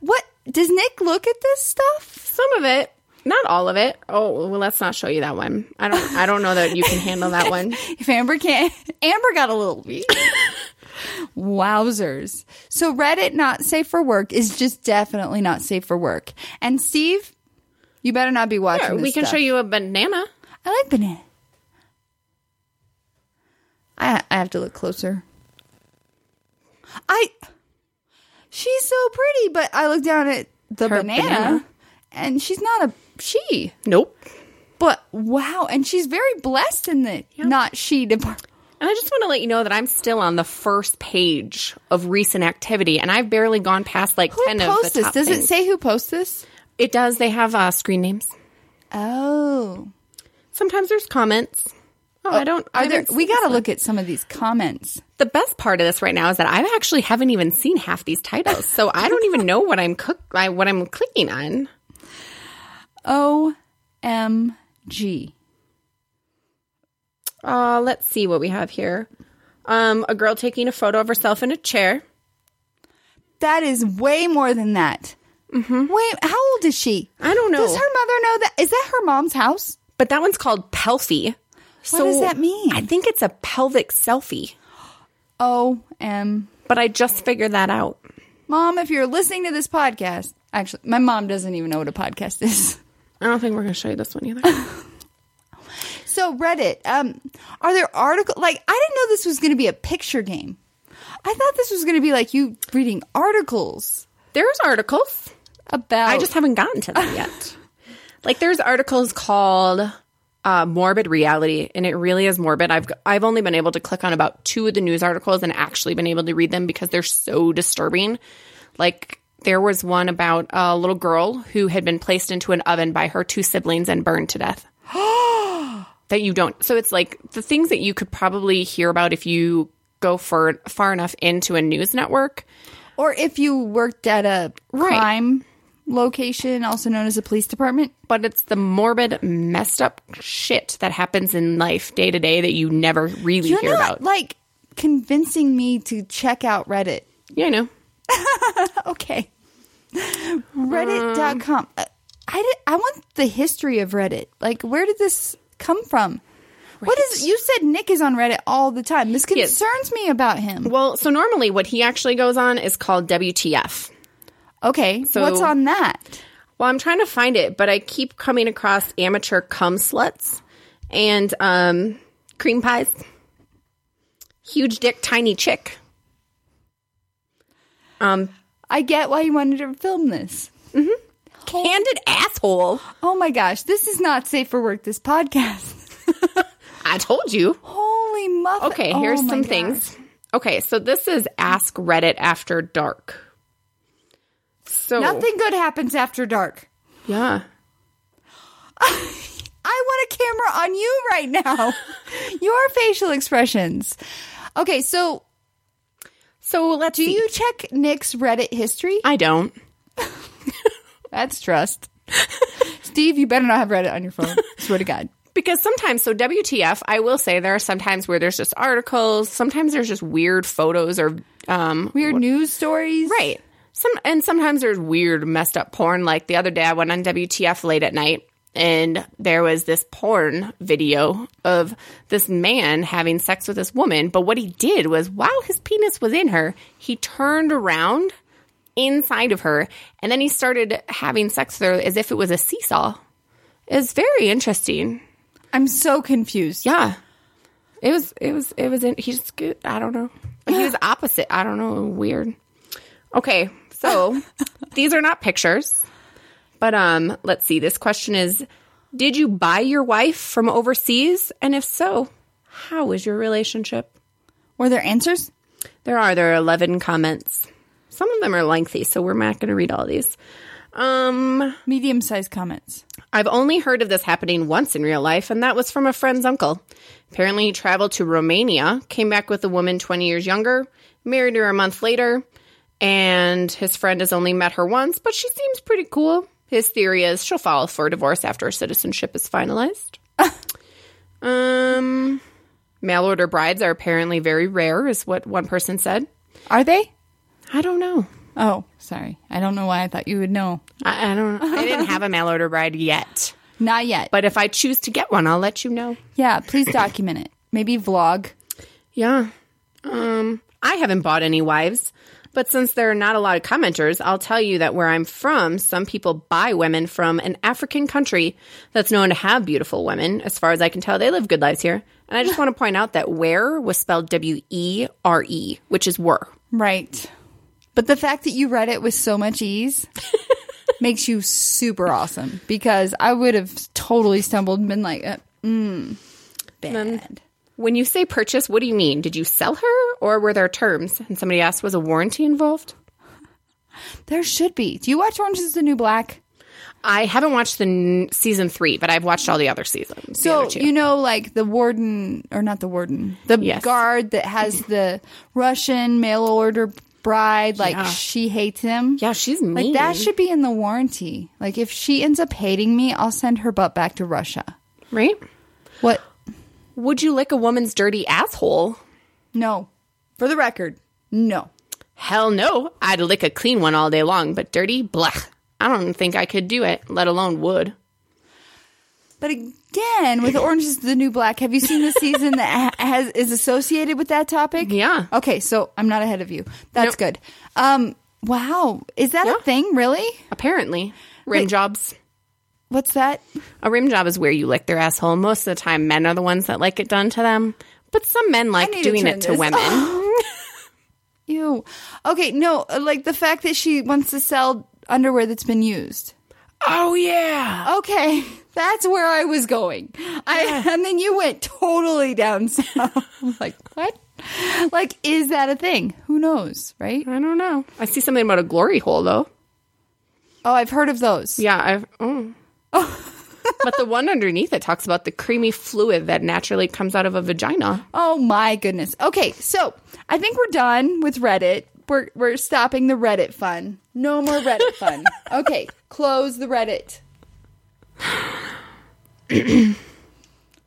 A: What does Nick look at this stuff?
D: Some of it, not all of it. Oh, well, let's not show you that one. I don't. I don't know that you can handle that one.
A: If Amber can't Amber got a little Wowzers. So Reddit not safe for work is just definitely not safe for work. And Steve, you better not be watching.
D: Sure,
A: this
D: we can
A: stuff.
D: show you a banana.
A: I like banana. I I have to look closer. I she's so pretty, but I look down at the
D: Her
A: banana,
D: banana.
A: and she's not a she.
D: Nope.
A: But wow, and she's very blessed in the not she department.
D: And I just want to let you know that I'm still on the first page of recent activity, and I've barely gone past like
A: Who
D: ten
A: posts
D: of the
A: this?
D: top
A: Does
D: things.
A: it say who posts this?
D: It does. They have uh, screen names.
A: Oh,
D: Sometimes there's comments. Oh, I don't. I
A: are there?
D: haven't
A: We
D: seen
A: got to
D: this
A: look at some of these comments.
D: one. The best part of this right now is that I actually haven't even seen half these titles, so I don't even know what I'm cook. I, what I'm clicking on.
A: O M G.
D: Uh, let's see what we have here. Um, a girl taking a photo of herself in a chair.
A: That is way more than that. Mm-hmm. Wait, how old is she?
D: I don't know.
A: Does her mother know that? Is that her mom's house?
D: But that one's called Pelfie.
A: What does that mean?
D: I think it's a pelvic selfie.
A: O M.
D: But I just figured that out.
A: Mom, if you're listening to this podcast, actually, my mom doesn't even know what a podcast is.
D: I don't think we're going to show you this one either.
A: So Reddit, um, are there article like I didn't know this was going to be a picture game. I thought this was going to be like you reading articles
D: there's articles.
A: about.
D: I just haven't gotten to them yet. like there's articles called uh, morbid reality, and it really is morbid. I've I've only been able to click on about two of the news articles and actually been able to read them because they're so disturbing. Like there was one about a little girl who had been placed into an oven by her two siblings and burned to death. that you don't. So it's like the things that you could probably hear about if you go for far enough into a news network.
A: Or if you worked at a
D: Right.
A: crime location, also known as a police department.
D: but it's the morbid, messed up shit that happens in life day to day that you never really
A: You're
D: hear
A: not
D: about.
A: like convincing me to check out Reddit.
D: yeah, I know.
A: Okay. Reddit.com. Uh, I, did, I want the history of Reddit. Like, where did this come from? What is, you said Nick is on Reddit all the time. This
D: Yes.
A: concerns me about him.
D: Well, so normally what he actually goes on is called WTF.
A: Okay.
D: So-
A: what's on that?
D: Well, I'm trying to find it, but I keep coming across amateur cum sluts and um, cream pies, huge dick, tiny chick. Um,
A: I get why you wanted to film this.
D: candid asshole.
A: Oh my gosh. This is not safe for work, this podcast.
D: I told you.
A: Holy muffin.
D: Okay,
A: Oh
D: here's
A: my
D: some
A: gosh.
D: things. Okay, so this is Ask Reddit After Dark. So
A: Nothing good happens after dark.
D: Yeah.
A: I want a camera on you right now. Your facial expressions. Okay, so
D: So let's
A: do
D: see.
A: you check Nick's Reddit history?
D: I don't.
A: That's trust. Steve, you better not have Reddit on your phone. Swear to God.
D: Because sometimes, so WTF, I will say there are sometimes where there's just articles, sometimes there's just weird photos or um
A: Weird news stories.
D: right. Some and sometimes there's weird messed up porn. Like the other day I went on WTF late at night and there was this porn video of this man having sex with this woman, but what he did was while his penis was in her, he turned around inside of her and then he started having sex with her as if it was a seesaw. It was very interesting.
A: I'm so confused.
D: Yeah. It was, it was, it was, in, he just, good. I don't know. He was opposite. I don't know. Weird. Okay. So these are not pictures, but, um, let's see. This question is, did you buy your wife from overseas? And if so, how was your relationship?
A: Were there answers?
D: There are, there are 11 comments. Some of them are lengthy, so we're not going to read all these. Um,
A: Medium sized comments.
D: I've only heard of this happening once in real life, and that was from a friend's uncle. Apparently, he traveled to Romania, came back with a woman 20 years younger, married her a month later, and his friend has only met her once, but she seems pretty cool. His theory is she'll file for divorce after her citizenship is finalized. um, mail order brides are apparently very rare, is what one person said.
A: Are they?
D: I don't know.
A: Oh, sorry. I don't know why I thought you would know.
D: I, I don't. I didn't have a mail order bride yet,
A: Not yet.
D: but if I choose to get one, I'll let you know.
A: Yeah, please document it. Maybe vlog.
D: Yeah. Um, I haven't bought any wives, but since there are not a lot of commenters, I'll tell you that where I'm from, some people buy women from an African country that's known to have beautiful women. As far as I can tell, they live good lives here. And I just want to point out that where was spelled W E R E, which is were.
A: Right. But the fact that you read it with so much ease makes you super awesome because I would have totally stumbled and been like, uh, mm, bad.
D: When you say purchase, what do you mean? Did you sell her or were there terms? And somebody asked, was a warranty involved?
A: there should be. Do you watch Orange is the New Black?
D: I haven't watched the n- season three, but I've watched all the other seasons. the
A: So,
D: other two.
A: you know, like the warden, or not the warden, the
D: Yes.
A: guard that has the Russian mail order bride, like
D: Yeah.
A: she hates him.
D: yeah, she's mean.
A: Like that should be in the warranty. Like if she ends up hating me, I'll send her butt back to Russia.
D: right?
A: What?
D: Would you lick a woman's dirty asshole?
A: No. For the record, no.
D: Hell no. I'd lick a clean one all day long, but dirty, blech. I don't think I could do it, let alone would.
A: But again, with Orange is the New Black, have you seen the season that ha- has is associated with that topic?
D: Yeah.
A: Okay, so I'm not ahead of you. That's good. Um wow, is that a
D: Yeah.
A: thing really?
D: Apparently. Rim jobs.
A: What's that?
D: A rim job is where you lick their asshole. Most of the time, men are the ones that like it done to them, but some men like
A: need to
D: doing
A: turn
D: it to
A: this
D: women.
A: Ew. Okay, no, uh, like the fact that she wants to sell underwear that's been used.
D: oh, yeah.
A: Okay, that's where I was going. I and then you went totally down south. I'm like, what? Like, is that a thing? Who knows, right?
D: I don't know. I see something about a glory hole, though.
A: Oh, I've heard of those.
D: Yeah, I've. Oh. but the one underneath it talks about the creamy fluid that naturally comes out of a vagina.
A: Oh my goodness. Okay, so I think we're done with Reddit. We're we're stopping the Reddit fun. No more Reddit fun. Okay, close the Reddit.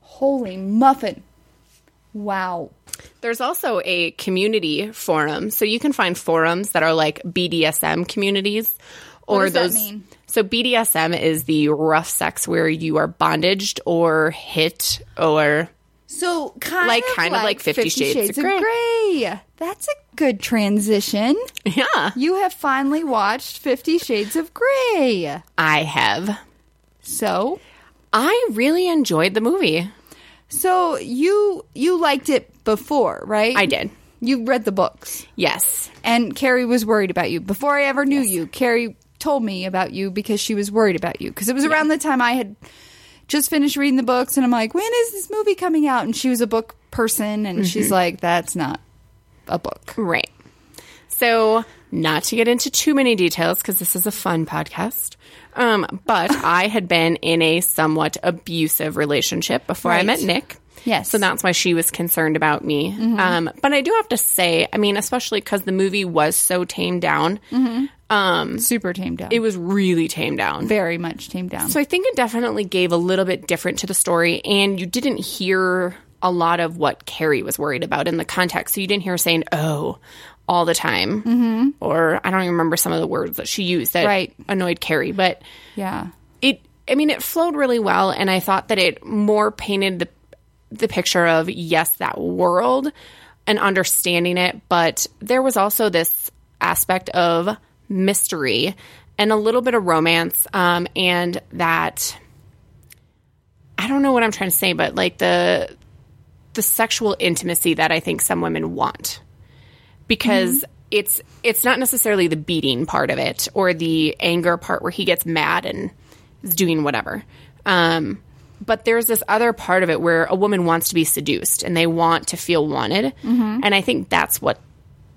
A: Holy muffin. Wow.
D: There's also a community forum. So you can find forums that are like BDSM communities or
A: does that
D: those
A: mean?
D: So BDSM is the rough sex where you are bondaged or hit or
A: So kind
D: Like,
A: of
D: kind of like Fifty Shades of
A: of Grey. That's a good transition.
D: yeah,
A: You have finally watched Fifty Shades of Grey.
D: I have.
A: So
D: I really enjoyed the movie.
A: so you you liked it before, right?
D: I did.
A: You read the books.
D: Yes.
A: And Carrie was worried about you. Before I ever knew you, Carrie told me about you because she was worried about you. Because it was around the time I had just finished reading the books, and I'm like, when is this movie coming out? And she was a book person, and she's
D: Mm-hmm.
A: like, that's not a book.
D: Right. So, not to get into too many details because this is a fun podcast, um, but I had been in a somewhat abusive relationship before I
A: Right.
D: met Nick.
A: Yes.
D: So that's why she was concerned about me. Um, but I do have to say, I mean, especially because the movie was so tamed down,
A: Super tamed down.
D: it was really tamed down.
A: very much tamed down.
D: So I think it definitely gave a little bit different to the story, and you didn't hear a lot of what Carrie was worried about in the context. So you didn't hear her saying "oh" all the time, mm-hmm. or I don't even remember some of the words that she used that
A: Right.
D: annoyed Carrie. But
A: yeah.
D: it, I mean, it flowed really well, and I thought that it more painted the the picture of yes, that world and understanding it, but there was also this aspect of mystery and a little bit of romance, um, and that I don't know what I'm trying to say, but like the the sexual intimacy that I think some women want because it's it's not necessarily the beating part of it or the anger part where he gets mad and is doing whatever. Um, but there's this other part of it where a woman wants to be seduced and they want to feel wanted, and I think that's what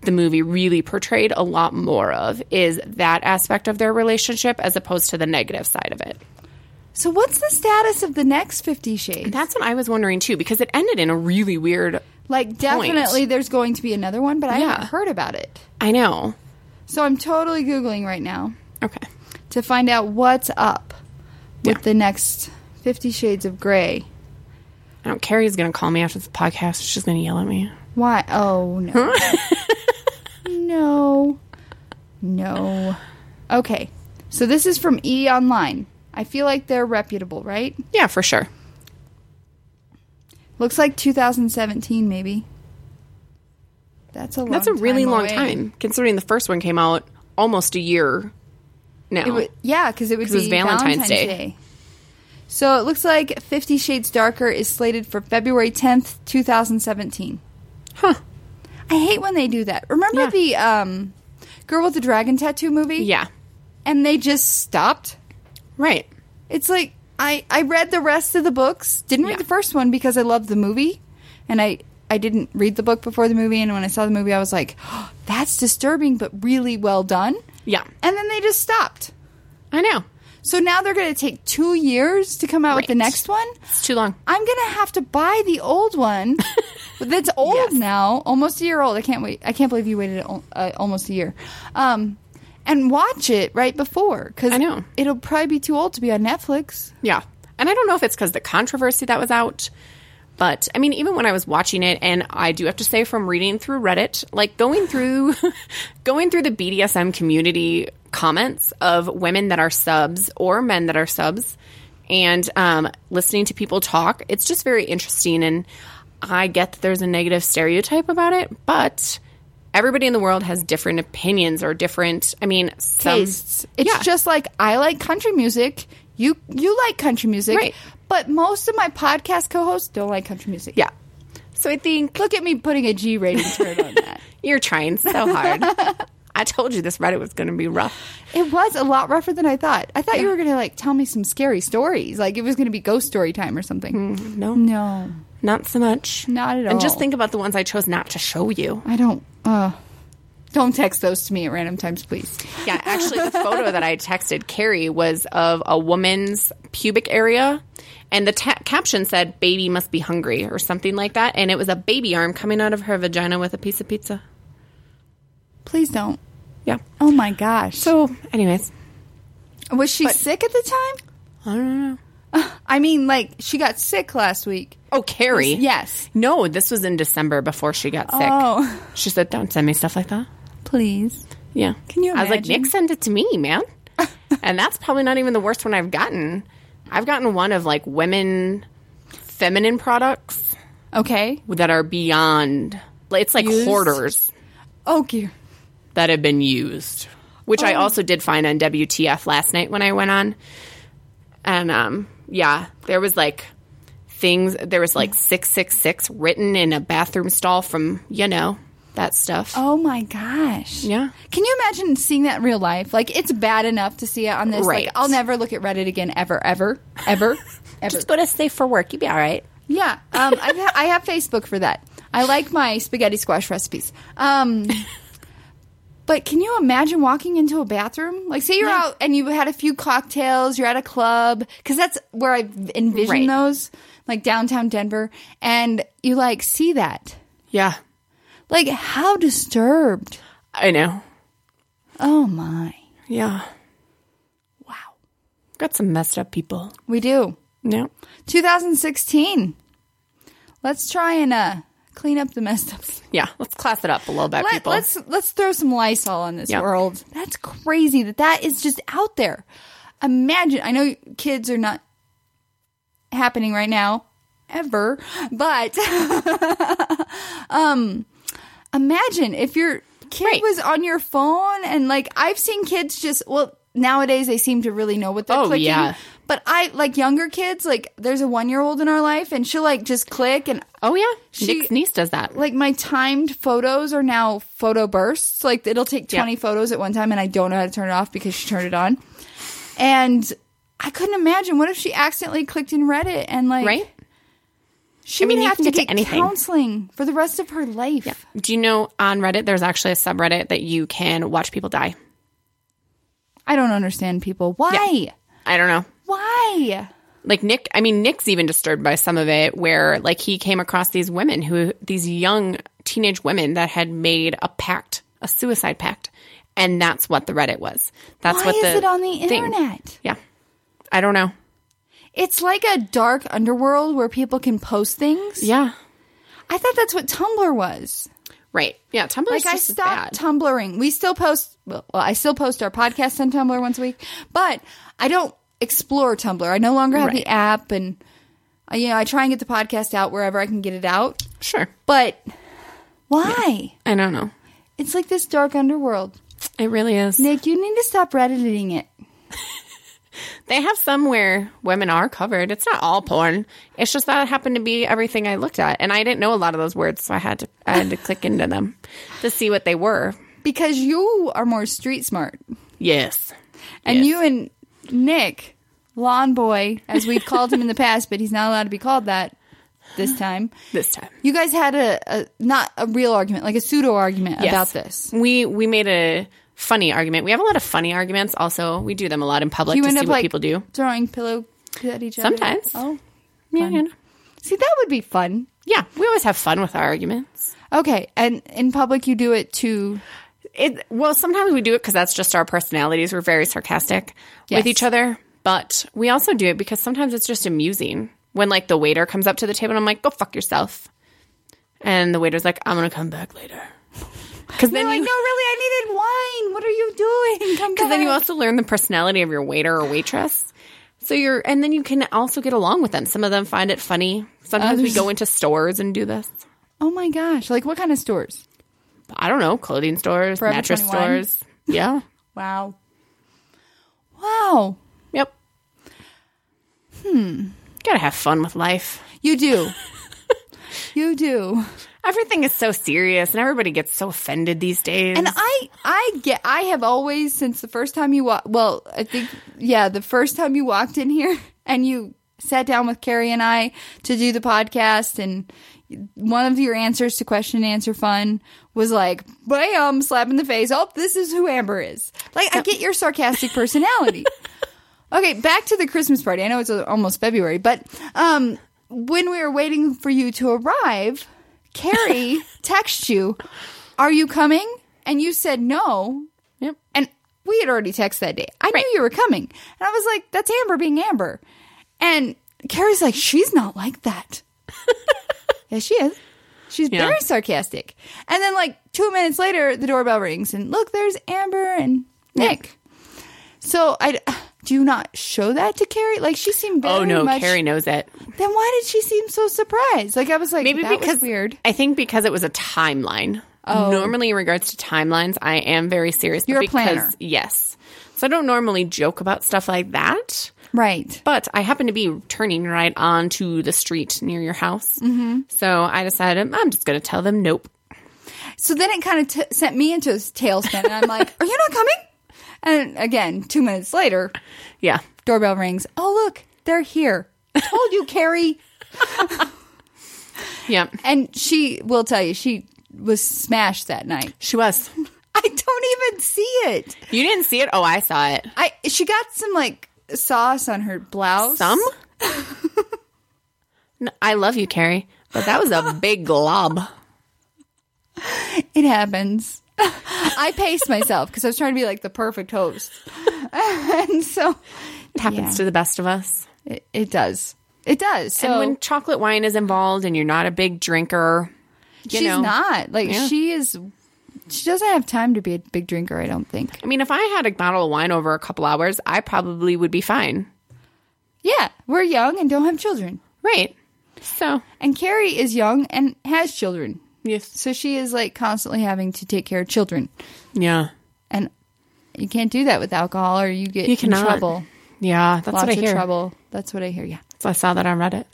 D: the movie really portrayed a lot more of is that aspect of their relationship as opposed to the negative side of it.
A: So what's the status of the next Fifty Shades?
D: That's what I was wondering too because it ended in a really weird.
A: like, definitely there's going to be another one, but I haven't
D: Yeah.
A: heard about it.
D: I know.
A: So I'm totally Googling right now.
D: Okay.
A: to find out what's up with
D: Yeah.
A: the next Fifty Shades of Grey.
D: I don't. Carrie's gonna call me after this podcast. She's gonna yell at me.
A: Why? Oh no, no, no. Okay, so this is from E Online. I feel like they're reputable, right?
D: Yeah, for sure.
A: Looks like 2017, maybe. That's a long
D: That's a really
A: time
D: long
A: away.
D: time, considering the first one came out almost a year now.
A: It would, yeah, because it would
D: 'Cause it
A: be
D: was Valentine's
A: Valentine's
D: Day.
A: Day. So it looks like Fifty Shades Darker is slated for February 10th, 2017.
D: Huh.
A: I hate when they do that. Remember
D: Yeah.
A: the um, Girl with the Dragon Tattoo movie?
D: yeah,
A: And they just stopped?
D: right.
A: It's like, I, I read the rest of the books, didn't
D: Yeah.
A: read the first one because I loved the movie. And I, I didn't read the book before the movie. And when I saw the movie, I was like, "Oh, that's disturbing, but really well done.
D: Yeah,
A: And then they just stopped.
D: I know.
A: So now they're going to take two years to come out with the
D: Right.
A: next one.
D: It's too long.
A: I'm going to have to buy the old one that's old now, almost a year old. I can't wait. I can't believe you waited al- uh, almost a year. Um, and watch it right before because
D: I know.
A: it'll probably be too old to be on Netflix.
D: Yeah, and I don't know if it's because the controversy that was out, but I mean, even when I was watching it, and I do have to say, from reading through Reddit, like going through, going through the BDSM community comments of women that are subs or men that are subs, and um, listening to people talk, it's just very interesting. And I get that there's a negative stereotype about it, but. Everybody in the world has different opinions or different. I mean, some,
A: Tastes. It's
D: Yeah.
A: just like I like country music. You you like country music,
D: Right.
A: But most of my podcast co-hosts don't like country music.
D: yeah. So I think
A: Look at me putting a G rating turn on that.
D: You're trying so hard. I told you this Reddit was going to be rough.
A: It was a lot rougher than I thought. I thought you were going to like tell me some scary stories, like it was going to be ghost story time or something.
D: No,
A: Hmm. No,
D: not so much.
A: Not at
D: And just
A: all.
D: think about the ones I chose not to show you.
A: I don't. Uh, Don't text those to me at random times, please.
D: Yeah, actually, the photo that I texted Carrie was of a woman's pubic area, and the ta- caption said "baby must be hungry" or something like that, and it was a baby arm coming out of her vagina with a piece of pizza.
A: Please don't.
D: Yeah.
A: Oh my gosh. So
D: So, anyways,
A: was she sick at the time?
D: I don't know.
A: I mean, like she got sick last week.
D: Oh, Carrie.
A: Yes.
D: No, this was in December before she got sick.
A: Oh.
D: She said, "Don't send me stuff like that."
A: Please.
D: Yeah.
A: Can you
D: I was like,
A: imagine?
D: Nick sent it to me, man. and that's probably not even the worst one I've gotten. I've gotten one of like women feminine products
A: Okay.
D: that are beyond it's like
A: Used?
D: hoarders
A: Oh dear.
D: that have been used. Which
B: Oh.
D: I also did find on WTF last night when I went on. And um yeah, there was like things there was
B: Hmm.
D: like six six six written in a bathroom stall from, you know, that stuff.
A: Oh my gosh.
D: Yeah.
A: Can you imagine seeing that in real life? Like it's bad enough to see it on this.
D: Right.
A: Like I'll never look at Reddit again ever, ever, ever, ever.
B: Just go to Safe for Work. You'll be all right.
A: Yeah, um, I've ha- I have Facebook for that. I like my spaghetti squash recipes. Um, but can you imagine walking into a bathroom? Like, say you're out and you had a few cocktails, you're at a club, because that's where I envision
D: Right.
A: those, like downtown Denver, and you like see that.
D: Yeah.
A: Like, how disturbed.
D: I know.
A: Oh my.
D: Yeah. Wow. Got some messed up people.
A: We do.
D: No.
A: 2016. Let's try and uh, clean up the messed up
D: Yeah. Let's class it up a little bit, people.
A: Let, us let's throw some Lysol on this
D: Yeah.
A: world. That's crazy that that is just out there. Imagine. I know kids are not happening right now ever, but um, imagine if your kid
D: Right.
A: was on your phone and like I've seen kids just well nowadays they seem to really know what they're
D: Oh,
A: clicking.
D: yeah.
A: But I like younger kids. Like there's a one year old in our life, and she'll like just click and
D: oh, yeah.
A: She-
D: Nick's niece does that.
A: like my timed photos are now photo bursts. Like it'll take 20
D: Yeah.
A: photos at one time and I don't know how to turn it off because she turned it on. And I couldn't imagine what if she accidentally clicked in Reddit and like
D: right?
A: she
D: I mean,
A: would
D: you
A: have
D: can
A: to
D: get to
A: get,
D: anything.
A: counseling for the rest of her life.
D: Do you know on Reddit, there's actually a subreddit that you can watch people die?
A: I don't understand people. Why?
D: I don't know.
A: Why?
D: Like Nick, I mean, Nick's even disturbed by some of it where like he came across these women who, these young teenage women that had made a pact, a suicide pact. And that's what the Reddit was. That's
A: Why
D: what the
A: is it on the
D: thing-
A: internet?
D: Yeah. I don't know.
A: It's like a dark underworld where people can post things.
D: Yeah.
A: I thought that's what Tumblr was.
D: Right. Yeah. Tumblr's
A: like I
D: just as bad.
A: stopped tumblering. We still post. Well, well, I still post our podcast on Tumblr once a week, but I don't explore Tumblr. I no longer have the app, and uh, you know I try and get the podcast out wherever I can get it out.
D: Sure.
A: But why?
D: I don't know.
A: It's like this dark underworld.
D: It really is.
A: Nick, you need to stop redditing it.
D: They have some where women are covered. It's not all porn. It's just that happened to be everything I looked at, and I didn't know a lot of those words, so I had to I had to click into them to see what they were.
A: because you are more street smart,
D: Yes.
A: and you and Nick, lawn boy, as we've called him in the past, but he's not allowed to be called that this time.
D: This time.
A: You guys had a, a not a real argument, like a pseudo argument about this.
D: we we made a funny argument. We have a lot of funny arguments. Also, we do them a lot in public
A: You
D: to
A: end
D: see
A: up
D: what
A: like
D: people do.
A: throwing pillow at each other.
D: Sometimes.
A: Oh,
D: Yeah, you know.
A: see, that would be fun.
D: yeah. We always have fun with our arguments.
A: Okay, and in public you do it too.
D: it well sometimes we do it because that's just our personalities we're very sarcastic
A: Yes.
D: with each other but we also do it because sometimes it's just amusing when like the waiter comes up to the table and i'm like go fuck yourself and the waiter's like i'm gonna come back later because
A: You're
D: then
A: like,
D: you
A: no, really, I needed wine. What are you doing? Come
D: because then you
A: back."
D: also learn the personality of your waiter or waitress so you're and then you can also get along with them some of them find it funny sometimes we go into stores and do this
A: oh my gosh, like what kind of stores?
D: i don't know clothing stores
A: Forever
D: mattress
A: 21.
D: stores yeah
A: Wow, wow,
D: yep hmm gotta have fun with life
A: you do, you do.
D: everything is so serious and everybody gets so offended these days.
A: And I, I get, I have always since the first time you walk. Well, I think yeah, the first time you walked in here and you sat down with Carrie and I to do the podcast, and one of your answers to question and answer fun was like, bam, slap in the face. Oh, this is who Amber is. Like, I get your sarcastic personality. okay, back to the Christmas party. I know it's uh, almost February, but um, when we were waiting for you to arrive, Carrie texted you, Are you coming? And you said no.
D: Yep.
A: And we had already texted that day. I knew you were coming. And I was like, that's Amber being Amber. And Carrie's like, she's not like that. yes, she is. She's
D: Yeah.
A: very sarcastic. And then, like, two minutes later, the doorbell rings, and look, there's Amber and Nick. So, I do you not show that to Carrie? Like, she seemed very
D: Oh no,
A: much.
D: Carrie knows it.
A: Then why did she seem so surprised? Like, I was like,
D: Maybe
A: that
D: because
A: was weird.
D: I think because it was a timeline. Normally, in regards to timelines, I am very serious. but
A: You're a
D: because,
A: planner.
D: Yes. So I don't normally joke about stuff like that.
A: Right.
D: But I happen to be turning right onto the street near your house. Mm-hmm. So I decided I'm just going to tell them nope.
A: So then it kind of t- sent me into a tailspin, and I'm like, are you not coming? And again, two minutes later,
D: Yeah.
A: Doorbell rings. Oh, look, they're here. Told you, Carrie.
D: Yeah.
A: And she will tell you, she was smashed that night.
D: She was.
A: I don't even see it.
D: You didn't see it? Oh, I saw it.
A: I she got some like sauce on her blouse.
D: Some? No, I love you, Carrie. But that was a big glob.
A: It happens. I paced myself because I was trying to be like the perfect host, and so
D: It happens
A: Yeah.
D: to the best of us.
A: it, it does. It does. So
D: and when chocolate wine is involved and you're not a big drinker, you
A: she's
D: know.
A: not like
D: Yeah.
A: she is. She doesn't have time to be a big drinker. I don't think.
D: I mean, if I had a bottle of wine over a couple hours, I probably would be fine.
A: Yeah, we're young and don't have children,
D: Right. So,
A: and Carrie is young and has children.
D: yes.
A: So she is like constantly having to take care of children.
D: Yeah.
A: And you can't do that with alcohol or you get
D: You
A: in
D: cannot.
A: trouble.
D: Yeah, that's
A: Lots
D: what I
A: of
D: hear.
A: trouble. That's what I hear. Yeah.
D: So I saw that on Reddit.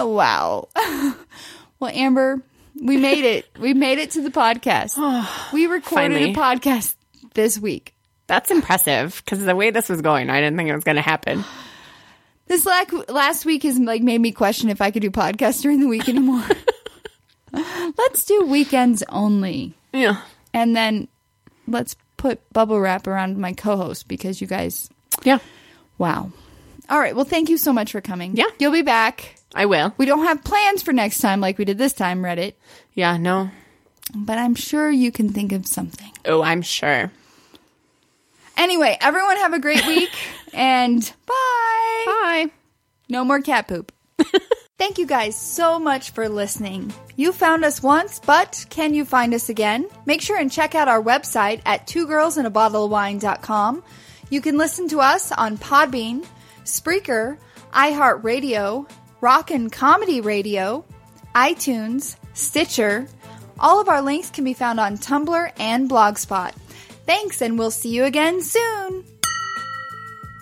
A: Oh, wow. well, Amber, we made it. We made it to the podcast. we recorded
D: Finally.
A: a podcast this week.
D: That's impressive because the way this was going, I didn't think it was going to happen.
A: This lack, last week has like made me question if I could do podcasts during the week anymore. let's do weekends only.
D: Yeah.
A: And then let's put bubble wrap around my co-host because you guys
D: Yeah.
A: Wow. All right. Well, thank you so much for coming.
D: Yeah.
A: You'll be back.
D: I will.
A: We don't have plans for next time like we did this time, Reddit,
D: Yeah, no.
A: but I'm sure you can think of something.
D: Oh, I'm sure.
A: Anyway, everyone have a great week and bye.
D: Bye.
A: No more cat poop. Thank you guys so much for listening. You found us once, but can you find us again? Make sure and check out our website at twogirlsinabottleofwine.com. You can listen to us on Podbean, Spreaker, iHeartRadio, Rockin' Comedy Radio, iTunes, Stitcher. All of our links can be found on Tumblr and Blogspot. Thanks, and we'll see you again soon!